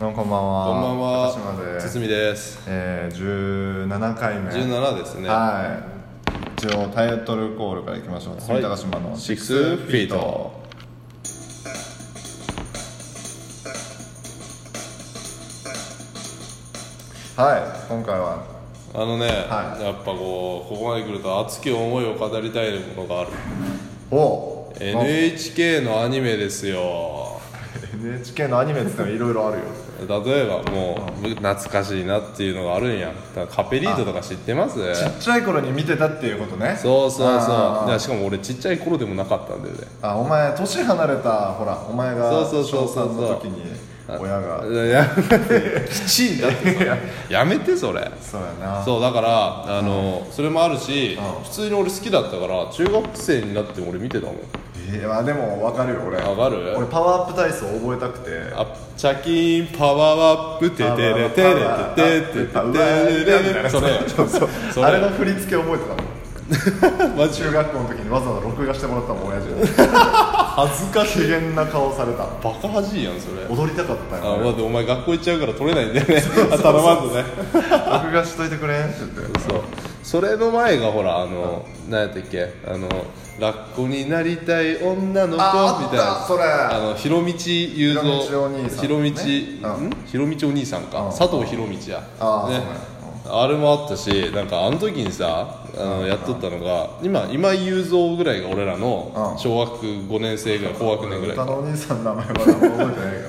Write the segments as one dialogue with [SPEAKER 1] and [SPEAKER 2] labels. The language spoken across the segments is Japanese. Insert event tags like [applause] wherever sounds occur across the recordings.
[SPEAKER 1] どうもこんばんは。
[SPEAKER 2] こんばん
[SPEAKER 1] 高島
[SPEAKER 2] は
[SPEAKER 1] で。す。
[SPEAKER 2] 堤です。
[SPEAKER 1] ええー、17回目。
[SPEAKER 2] 十七ですね。
[SPEAKER 1] はい。一応タイトルコールからいきましょう。はい、高島の
[SPEAKER 2] シックスフィート。
[SPEAKER 1] はい。今回は
[SPEAKER 2] あのね、
[SPEAKER 1] はい
[SPEAKER 2] やっぱこうここまで来ると熱き思いを語りたいものがある。
[SPEAKER 1] お
[SPEAKER 2] NHK のアニメですよ。
[SPEAKER 1] NHK のアニメって言ってもいろい
[SPEAKER 2] [laughs]
[SPEAKER 1] ろあるよ。
[SPEAKER 2] 例えばもう懐かしいなっていうのがあるんや。だからカペリートとか知ってます？
[SPEAKER 1] ちっちゃい頃に見てたっていうことね。
[SPEAKER 2] そうそう
[SPEAKER 1] あ
[SPEAKER 2] そ
[SPEAKER 1] ー
[SPEAKER 2] う。いやしかも俺ちっちゃい頃でもなかったんだよね。
[SPEAKER 1] あお前年離れたほらお前が
[SPEAKER 2] そうそうそう
[SPEAKER 1] 小
[SPEAKER 2] そう
[SPEAKER 1] 三の時に親が
[SPEAKER 2] いやいやきちんだ
[SPEAKER 1] [laughs]
[SPEAKER 2] ってそれやめ [laughs] てそれ。
[SPEAKER 1] そうやな
[SPEAKER 2] そうだからあの、それもあるし、普通に俺好きだったから中学生になっても俺見てたもん
[SPEAKER 1] いやでも分かるよ俺
[SPEAKER 2] わかる
[SPEAKER 1] 俺パワーアップ体操覚えたくて
[SPEAKER 2] あチャキーンパワーアップテテレテレテテテテテレそれ
[SPEAKER 1] そうそう
[SPEAKER 2] それ
[SPEAKER 1] あれの振り付け覚えてたもん
[SPEAKER 2] マジ
[SPEAKER 1] 中学校の時にわざわざ録画してもらったもん親父に恥ずかしげんな顔された
[SPEAKER 2] バカ恥じいやんそれ
[SPEAKER 1] 踊りたかった
[SPEAKER 2] あ
[SPEAKER 1] よ、
[SPEAKER 2] 待ってお前学校行っちゃうから取れないんだよね頭まずね
[SPEAKER 1] 録画しといてくれんって言って
[SPEAKER 2] そうそれの前がほらあの何やったっけあのラッコになりたい女の子み
[SPEAKER 1] あ
[SPEAKER 2] たい
[SPEAKER 1] あった
[SPEAKER 2] な
[SPEAKER 1] それ
[SPEAKER 2] あの広道雄三
[SPEAKER 1] 広道お兄さん
[SPEAKER 2] 広道
[SPEAKER 1] ねうん
[SPEAKER 2] ん広道お兄さんか、
[SPEAKER 1] うん
[SPEAKER 2] 佐藤広道や
[SPEAKER 1] あー
[SPEAKER 2] ねあれもあったしなんかあの時にさあのやっとったのが今今井雄三ぐらいが俺ら
[SPEAKER 1] う
[SPEAKER 2] の
[SPEAKER 1] ん
[SPEAKER 2] 小学5年生ぐらい高学年ぐらい
[SPEAKER 1] 歌
[SPEAKER 2] か
[SPEAKER 1] のお兄さんの名前は覚えてない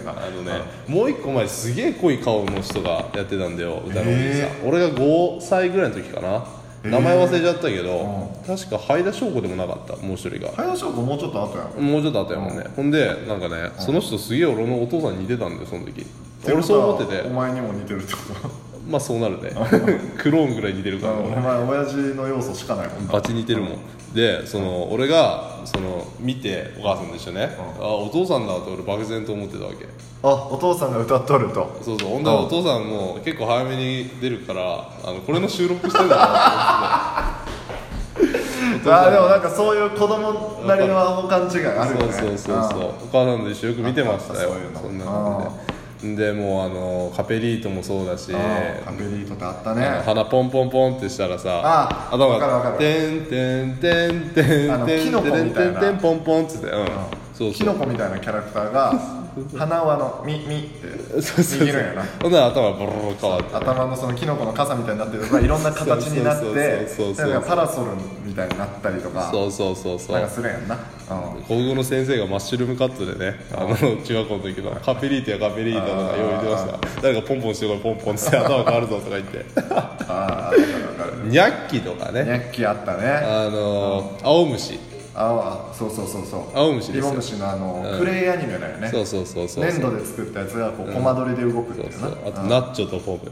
[SPEAKER 1] からな
[SPEAKER 2] あのねもう一個前すげえ濃い顔の人がやってたんだよ歌のお兄さん、
[SPEAKER 1] え
[SPEAKER 2] 俺が5歳ぐらいの時かな、名前忘れちゃったけど、確か灰田翔子でもなかったもう一人が、
[SPEAKER 1] 早翔子もうちょっと後やん
[SPEAKER 2] もうちょっと後やもんね、ほんでなんかね、その人すげえ俺のお父さんに似てたんだよその時俺そう思って
[SPEAKER 1] てことはお前
[SPEAKER 2] て
[SPEAKER 1] にも似てるってこ
[SPEAKER 2] まあそうなるね [laughs] クローンぐらい似てるか
[SPEAKER 1] と
[SPEAKER 2] ら
[SPEAKER 1] あのお前親父の要素しかないもんな
[SPEAKER 2] バチ似てるもんでその俺がその見てお母さんと一緒ね、あお父さんだと俺漠然と思ってたわけ
[SPEAKER 1] あお父さんが歌っとると
[SPEAKER 2] そうそうほんでお父さんも結構早めに出るからあのこれの収録してんだ
[SPEAKER 1] [laughs]
[SPEAKER 2] な
[SPEAKER 1] あーでもなんかそういう子供なりのアホ勘違いあ
[SPEAKER 2] と
[SPEAKER 1] るよ
[SPEAKER 2] 思って
[SPEAKER 1] ね
[SPEAKER 2] そうそうそうそうお母さんと一緒によく見てましたよ
[SPEAKER 1] あったあった
[SPEAKER 2] そ
[SPEAKER 1] そうい
[SPEAKER 2] ん
[SPEAKER 1] うの
[SPEAKER 2] な感じででもうあのカペリートもそうだし
[SPEAKER 1] あーカペリートってあったね
[SPEAKER 2] 鼻ポンポンポンってしたらさ
[SPEAKER 1] あ
[SPEAKER 2] 頭
[SPEAKER 1] わかるわかる
[SPEAKER 2] がてんてんてんてんて
[SPEAKER 1] あ
[SPEAKER 2] ん
[SPEAKER 1] の
[SPEAKER 2] て
[SPEAKER 1] キノ
[SPEAKER 2] ん
[SPEAKER 1] コ
[SPEAKER 2] てん
[SPEAKER 1] みた
[SPEAKER 2] て
[SPEAKER 1] い
[SPEAKER 2] ん
[SPEAKER 1] な
[SPEAKER 2] てんポンポンっつってうんそう
[SPEAKER 1] キ
[SPEAKER 2] そう
[SPEAKER 1] ノコみたいなキャラクターが花輪の「み」「み」って
[SPEAKER 2] そうそうそう
[SPEAKER 1] 握るんやな
[SPEAKER 2] ほんなら頭ボロボロ変わって
[SPEAKER 1] 頭のそのキノコの傘みたいになってるとかいろんな形になっ
[SPEAKER 2] そうそうそうそう
[SPEAKER 1] て
[SPEAKER 2] そう
[SPEAKER 1] なんかパラソルみたいになったりとか
[SPEAKER 2] そうそうそうそ
[SPEAKER 1] なんか
[SPEAKER 2] う
[SPEAKER 1] するやんな
[SPEAKER 2] 高校の先生がマッシュルームカットでねあの中学校の時のカペリートやカペリートとかよう言ってました誰かポンポンしてこいポンポンっつって頭変わるぞとか言って
[SPEAKER 1] ああーわかるわかる
[SPEAKER 2] ニャッキとかね
[SPEAKER 1] ニャッキあったね
[SPEAKER 2] あの青虫
[SPEAKER 1] ああそうそうそうそう
[SPEAKER 2] 青虫ですよ
[SPEAKER 1] リボムシのあのクレイアニメだよね
[SPEAKER 2] そうそうそうそう
[SPEAKER 1] 粘
[SPEAKER 2] そう
[SPEAKER 1] 土で作ったやつがこうコマ撮りで動くって
[SPEAKER 2] そう
[SPEAKER 1] いうな
[SPEAKER 2] そうあとナッチョとポム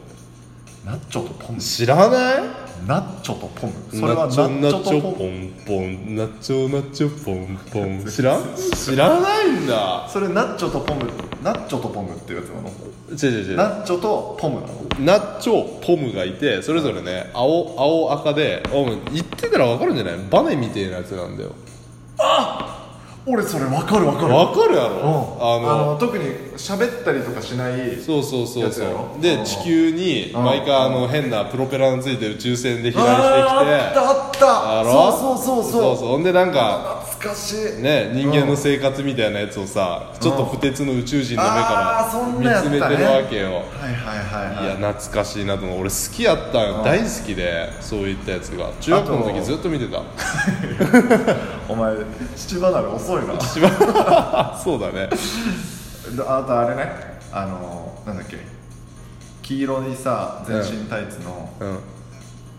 [SPEAKER 1] ナッチョとポム
[SPEAKER 2] 知らない
[SPEAKER 1] ナッチョとポムそれ
[SPEAKER 2] ナ
[SPEAKER 1] はナ
[SPEAKER 2] ッチョナ
[SPEAKER 1] ッ
[SPEAKER 2] ッ
[SPEAKER 1] チ
[SPEAKER 2] チョ
[SPEAKER 1] ョ
[SPEAKER 2] ポ
[SPEAKER 1] とポム
[SPEAKER 2] ンポンナッチョナッチョポンポン知らん知らないんだ
[SPEAKER 1] それナッチョとポムナッチョとポムっていうやつなの
[SPEAKER 2] 違う違う違う
[SPEAKER 1] ナッチョとポムなの
[SPEAKER 2] ナッチョポムがいてそれぞれね青青赤でお前言ってたら分かるんじゃないバネみたいなやつなんだよ
[SPEAKER 1] 俺それ分かる分かる
[SPEAKER 2] 分かるやろ、
[SPEAKER 1] うん
[SPEAKER 2] あの
[SPEAKER 1] あの特に喋ったりとかしない
[SPEAKER 2] そうそうそう
[SPEAKER 1] やつや
[SPEAKER 2] そ
[SPEAKER 1] ろ
[SPEAKER 2] う
[SPEAKER 1] う
[SPEAKER 2] で
[SPEAKER 1] ん
[SPEAKER 2] 地球に
[SPEAKER 1] ん
[SPEAKER 2] 毎回あの変なプロペラについて宇宙船で飛来
[SPEAKER 1] あ
[SPEAKER 2] してきて
[SPEAKER 1] ーあったあ
[SPEAKER 2] あ
[SPEAKER 1] った
[SPEAKER 2] ろ
[SPEAKER 1] そうそうそう
[SPEAKER 2] そう
[SPEAKER 1] そう
[SPEAKER 2] ほんでなんか
[SPEAKER 1] 懐かしい
[SPEAKER 2] ね人間の生活みたいなやつをさちょっと不徹の宇宙人の目
[SPEAKER 1] あーそ
[SPEAKER 2] か
[SPEAKER 1] んなや
[SPEAKER 2] ら
[SPEAKER 1] つ
[SPEAKER 2] 見
[SPEAKER 1] だね
[SPEAKER 2] つめてるわけよ
[SPEAKER 1] はいはいはいはい
[SPEAKER 2] いや懐かしいなと思う俺好きやったんよ大好きでそういったやつが中学校の
[SPEAKER 1] あ
[SPEAKER 2] 時
[SPEAKER 1] と
[SPEAKER 2] ずっと見てた
[SPEAKER 1] お前七離れ遅いな
[SPEAKER 2] しばそうだね
[SPEAKER 1] あとあれねあのなんだっけ黄色にさ全身タイツの
[SPEAKER 2] うん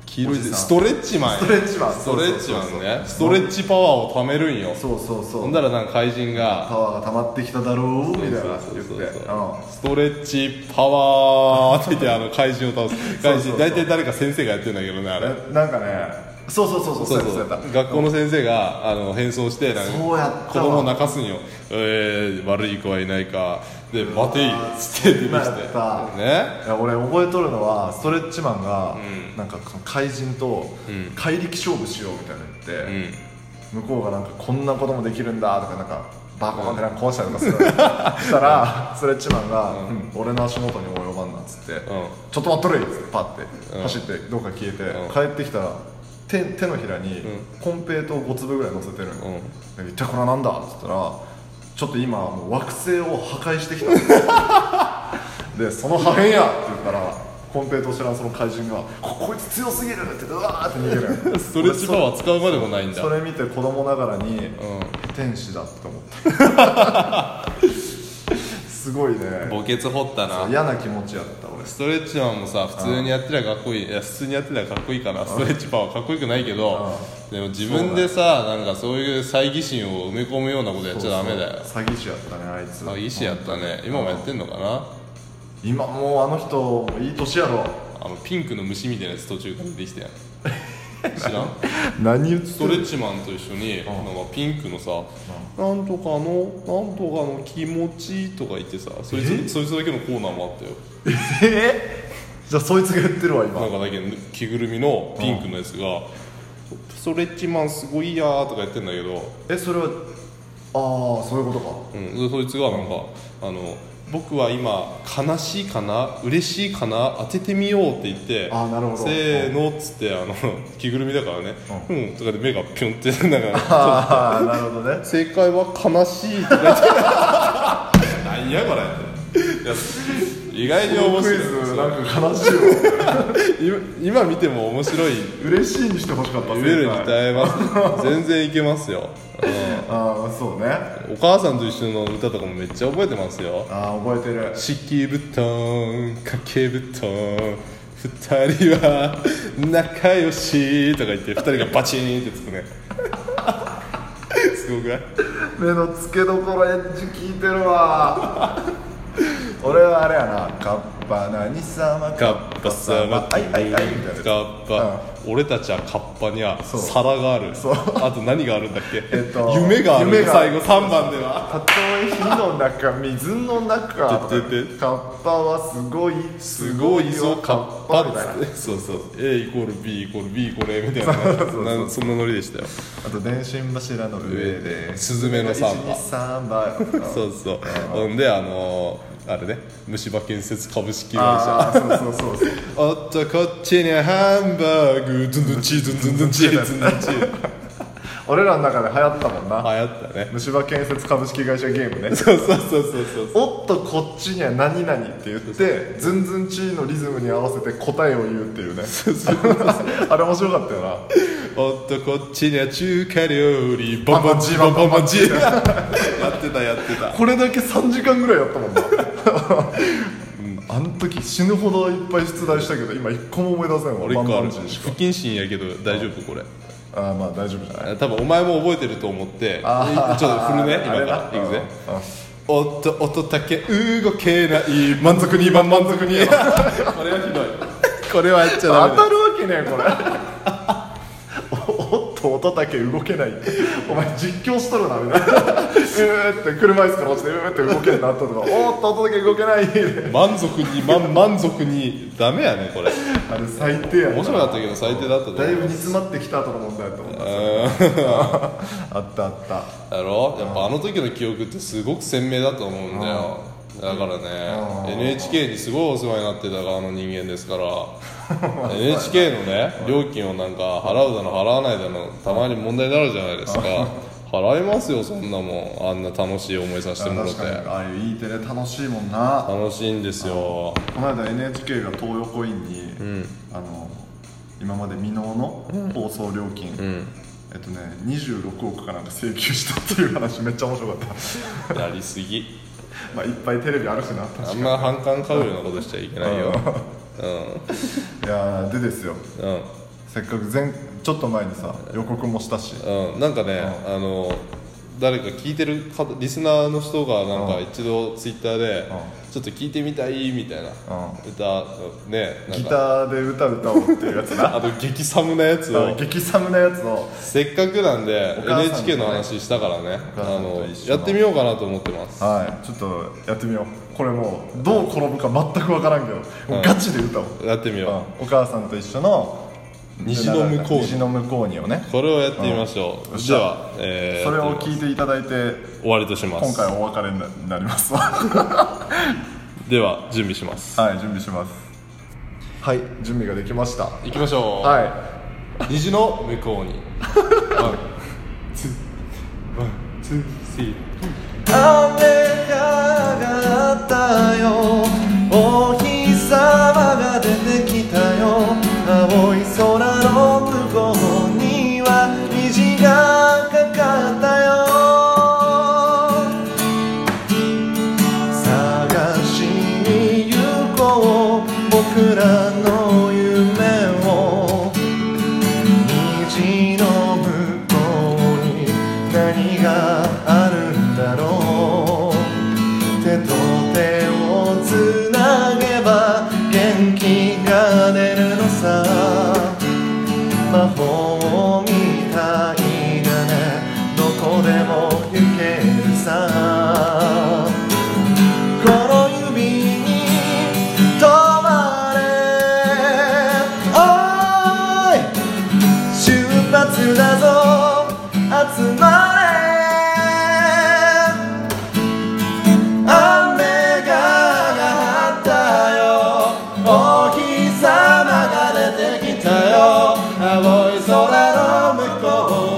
[SPEAKER 2] 黄色
[SPEAKER 1] お
[SPEAKER 2] い
[SPEAKER 1] じさん
[SPEAKER 2] ストレッチマンや
[SPEAKER 1] ストレッチマン
[SPEAKER 2] ストレッチマンねスト
[SPEAKER 1] レ
[SPEAKER 2] レッチパワーを貯めるんよ
[SPEAKER 1] そうそうそう
[SPEAKER 2] ほんだらなんか怪人が
[SPEAKER 1] パワーが溜まってきただろうみたいな
[SPEAKER 2] そう
[SPEAKER 1] 言
[SPEAKER 2] そ
[SPEAKER 1] っ
[SPEAKER 2] うそ
[SPEAKER 1] て
[SPEAKER 2] う
[SPEAKER 1] うん
[SPEAKER 2] ストレッチパワーって言ってあの怪人を倒す
[SPEAKER 1] そう
[SPEAKER 2] 怪
[SPEAKER 1] そうそ
[SPEAKER 2] 人
[SPEAKER 1] う
[SPEAKER 2] 大体誰か先生がやってるんだけどねあれ
[SPEAKER 1] えなんかねそうそうそうそう
[SPEAKER 2] そう
[SPEAKER 1] や
[SPEAKER 2] そう
[SPEAKER 1] ったやった
[SPEAKER 2] 学校の先生があの変装してなん
[SPEAKER 1] そうやったわ
[SPEAKER 2] か子供を泣かすんよ「えー、悪い子はいないか」で「待てい」っつって出てきて
[SPEAKER 1] 今やった
[SPEAKER 2] ね
[SPEAKER 1] いや俺覚えとるのはストレッチマンが、なんかその怪人と怪力勝負しようみたいなの言って、向こうがなんかこんなこともできるんだとかなんかバコーンってなんか壊したりとかするのしたらそれチマンが、うん俺の足元に及ばんな」っつって、ちょっと待っとるい」っつってパッて走ってどっか消えて、
[SPEAKER 2] うん
[SPEAKER 1] 帰ってきたら手手のひらにコンペイトを5粒ぐらい乗せてるの、で一体これはなんだっつったらちょっと今もう惑星を破壊してきたん
[SPEAKER 2] [laughs]
[SPEAKER 1] ででその破片やって言ったらコンペイトを知らんその怪人がここいつ強すぎるってうわーって逃げ
[SPEAKER 2] [laughs]
[SPEAKER 1] る
[SPEAKER 2] ストレッチパワー使うまでもないんだ
[SPEAKER 1] それ見て子供ながらに、
[SPEAKER 2] う
[SPEAKER 1] 天使だって思った
[SPEAKER 2] [laughs]
[SPEAKER 1] すごいね
[SPEAKER 2] ん墓穴掘ったな
[SPEAKER 1] 嫌な気持ちやった俺
[SPEAKER 2] ストレッチマンもさ普通にやってりゃかっこいいいや普通にやってりゃかっこいいかなストレッチパンはかっこよくないけどでも自分でさなんかそういう猜疑心を埋め込むようなことやっちゃダメだよ
[SPEAKER 1] そうそう詐欺師やったねあいつ
[SPEAKER 2] あ医師やったね今もやってんのかな
[SPEAKER 1] 今もうあの人もういい年やろ
[SPEAKER 2] あのピンクの虫みたいなやつ途中から出てきたやん知
[SPEAKER 1] [laughs]
[SPEAKER 2] らん
[SPEAKER 1] 何言っ
[SPEAKER 2] ストレッチマンと一緒に、なんかピンクのさ、なんとかの、なんとかの気持ちとか言ってさ、そい
[SPEAKER 1] え
[SPEAKER 2] つそいつだけのコーナーもあったよ、
[SPEAKER 1] えじゃあそいつが言ってるわ今
[SPEAKER 2] なんかだけ着ぐるみのピンクのやつが、ストレッチマンすごいやーとか言ってんだけど、
[SPEAKER 1] えそれはああそういうことか
[SPEAKER 2] うん、でそいつがなんか、あの僕は今、悲しいかな、嬉しいかな、当ててみようって言って、
[SPEAKER 1] あーなるほど
[SPEAKER 2] せーのっつって、あの [laughs] 着ぐるみだからね、うん、とかで目がぴょんって、なんか。
[SPEAKER 1] [laughs] ああなるほどね
[SPEAKER 2] 正解は悲しいとか言って [laughs] なんやこれいや意外に
[SPEAKER 1] ク
[SPEAKER 2] 面白
[SPEAKER 1] イ
[SPEAKER 2] い
[SPEAKER 1] ズ
[SPEAKER 2] そ
[SPEAKER 1] な
[SPEAKER 2] うん
[SPEAKER 1] か悲しいわ
[SPEAKER 2] 今今見ても面白い
[SPEAKER 1] 嬉しいにしてほしかった
[SPEAKER 2] レベルに
[SPEAKER 1] 正解
[SPEAKER 2] 歌え
[SPEAKER 1] [laughs]
[SPEAKER 2] ます全然いけますよ、
[SPEAKER 1] ああそうねあ
[SPEAKER 2] うんお母さんと一緒の歌とかもめっちゃ覚えてますよ
[SPEAKER 1] あー覚えてる
[SPEAKER 2] 敷布団掛け布団二人は仲良しとか言って二人がバチーンってつくねすごくない
[SPEAKER 1] 目の付けどころエッジ聞いてるわ俺はあれやなカッパ何様
[SPEAKER 2] カッパ様
[SPEAKER 1] はいはいはいみたいな
[SPEAKER 2] カッパ、俺たちはカッパには
[SPEAKER 1] う
[SPEAKER 2] 皿がある
[SPEAKER 1] そう
[SPEAKER 2] あと何があるんだっけ、
[SPEAKER 1] [laughs] えっと
[SPEAKER 2] 夢がある
[SPEAKER 1] 夢があ
[SPEAKER 2] 最
[SPEAKER 1] る
[SPEAKER 2] 後3番では
[SPEAKER 1] たとえ火の中水の中カ
[SPEAKER 2] ててて
[SPEAKER 1] ッパはすごい
[SPEAKER 2] すごいぞカッパ
[SPEAKER 1] みたいな
[SPEAKER 2] っつってそうそう A イコール B イコール B イコール A みたいな
[SPEAKER 1] そうそうそう
[SPEAKER 2] なんそんなノリでしたよ
[SPEAKER 1] あと電信柱の上で
[SPEAKER 2] スズメのサンバ
[SPEAKER 1] 123番
[SPEAKER 2] そうそうほんであのーあれね虫歯建設株式会社
[SPEAKER 1] ああそうそうそうそう
[SPEAKER 2] おっとこっちにハンバーグズンズンチーズンズンズンチーズンズンチー流
[SPEAKER 1] 俺らの中で流行ったもんな、
[SPEAKER 2] 行ったね
[SPEAKER 1] 虫歯建設株式会社ゲームね
[SPEAKER 2] そうそうそうそうそう
[SPEAKER 1] おっとこっちには何々って言ってズンズンチーのリズムに合わせて答えを言うっていうね [laughs] あれ面白かったよな
[SPEAKER 2] おっとこっちには中華料理バンバンジーバンバンバンジーやってたやってた
[SPEAKER 1] これだけ3時間ぐらいやったもんな [laughs] あの時死ぬほどいっぱい出題したけど今一個も思い出せんわ
[SPEAKER 2] 俺一個あ
[SPEAKER 1] バンバ
[SPEAKER 2] る
[SPEAKER 1] ンジーし
[SPEAKER 2] 不謹慎やけど大丈夫これ
[SPEAKER 1] かああまあ大丈夫じゃない
[SPEAKER 2] あ多分お前も覚えてると思ってちょっと振るね今からいくぜおっと音だけ動けない満足に番満足にこれはひどいこれはやっちゃダ
[SPEAKER 1] 当
[SPEAKER 2] メだ
[SPEAKER 1] たるわけねえこれおおっと音だけ動けないお前実況しとるなみたいなうーって車椅子から落ちてうーって動けるなったとかおっと音だけ動けない
[SPEAKER 2] 満足に満満足にダメやねこれ
[SPEAKER 1] あれ最低やな
[SPEAKER 2] 面白かったけど最低だったと思う
[SPEAKER 1] だいぶ煮詰まってきた後の問題だと思った [laughs] あったあった
[SPEAKER 2] だろやっぱあの時の記憶ってすごく鮮明だと思うんだよだからね NHK にすごいお世話になってた側の人間ですから
[SPEAKER 1] [laughs]
[SPEAKER 2] NHK のね料金をなんか払うだの払わないだのたまに問題になるじゃないで
[SPEAKER 1] [laughs]
[SPEAKER 2] すか払いますよそんなもんあんな楽しい思いさせてもらっ
[SPEAKER 1] 確
[SPEAKER 2] て
[SPEAKER 1] かにああいう E テレ楽しいもんな
[SPEAKER 2] 楽しいんですよ
[SPEAKER 1] この間 NHK が東横インに、あの今まで未納の放送料金、えっとね26億かなんか請求したっていう話めっちゃ面白かった [laughs]
[SPEAKER 2] やりすぎ
[SPEAKER 1] まあいっぱいテレビあるしな確か
[SPEAKER 2] あん
[SPEAKER 1] にい
[SPEAKER 2] ま反感買うようなことしちゃいけないよう
[SPEAKER 1] やーでですよ
[SPEAKER 2] んうん
[SPEAKER 1] せっかく前ちょっと前にさ予告もしたし
[SPEAKER 2] うん、なんかね、あの誰か聞いてる方リスナーの人がなんか
[SPEAKER 1] うん
[SPEAKER 2] 一度ツイッターで、
[SPEAKER 1] ん
[SPEAKER 2] ちょっと聞いてみたいみたいな、
[SPEAKER 1] ん
[SPEAKER 2] 歌ねなん
[SPEAKER 1] ギ
[SPEAKER 2] か
[SPEAKER 1] ターで歌歌おうっていうやつ
[SPEAKER 2] [laughs]
[SPEAKER 1] な
[SPEAKER 2] あと激寒なやつを
[SPEAKER 1] 激寒なやつを
[SPEAKER 2] せっかくなんで
[SPEAKER 1] お母さんとね
[SPEAKER 2] NHK の話したからね
[SPEAKER 1] お
[SPEAKER 2] あ
[SPEAKER 1] 母さんと
[SPEAKER 2] の
[SPEAKER 1] 一緒
[SPEAKER 2] や
[SPEAKER 1] の
[SPEAKER 2] ってみようかなと思ってます
[SPEAKER 1] はい、ちょっとやってみようこれもうどう転ぶか全く分からんけど、もうガチで歌おう、
[SPEAKER 2] やってみよ
[SPEAKER 1] うんお母さんと一緒の
[SPEAKER 2] 西の向こうに
[SPEAKER 1] 西の向こうにをね
[SPEAKER 2] これをやってみましょう、
[SPEAKER 1] うん
[SPEAKER 2] では、えー
[SPEAKER 1] それを聞いていただいて
[SPEAKER 2] 終わりとします
[SPEAKER 1] 今回お別れになになります [laughs] わ
[SPEAKER 2] では準備します
[SPEAKER 1] はい準備しますはい準備ができました
[SPEAKER 2] 行きましょう、
[SPEAKER 1] は
[SPEAKER 2] 虹の向こうにワンツーワンツースリー
[SPEAKER 3] 雨が上がったよお日様が出てきたよ青い空の向こうには虹がかかったよ探しに行こう僕らの夢を虹の向こうに何があるんだろう手と手をつなげば元気が出るのさ魔法みたいだねどこでも行けるさこの指に止まれ o い出発だぞ集まれ雨が上がったよお日様が出てきたよ青い空の向こ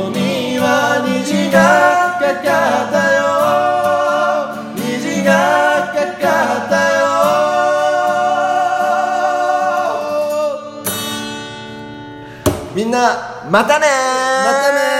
[SPEAKER 3] うには虹がかかったよ虹がかかったよみんなまたねまたね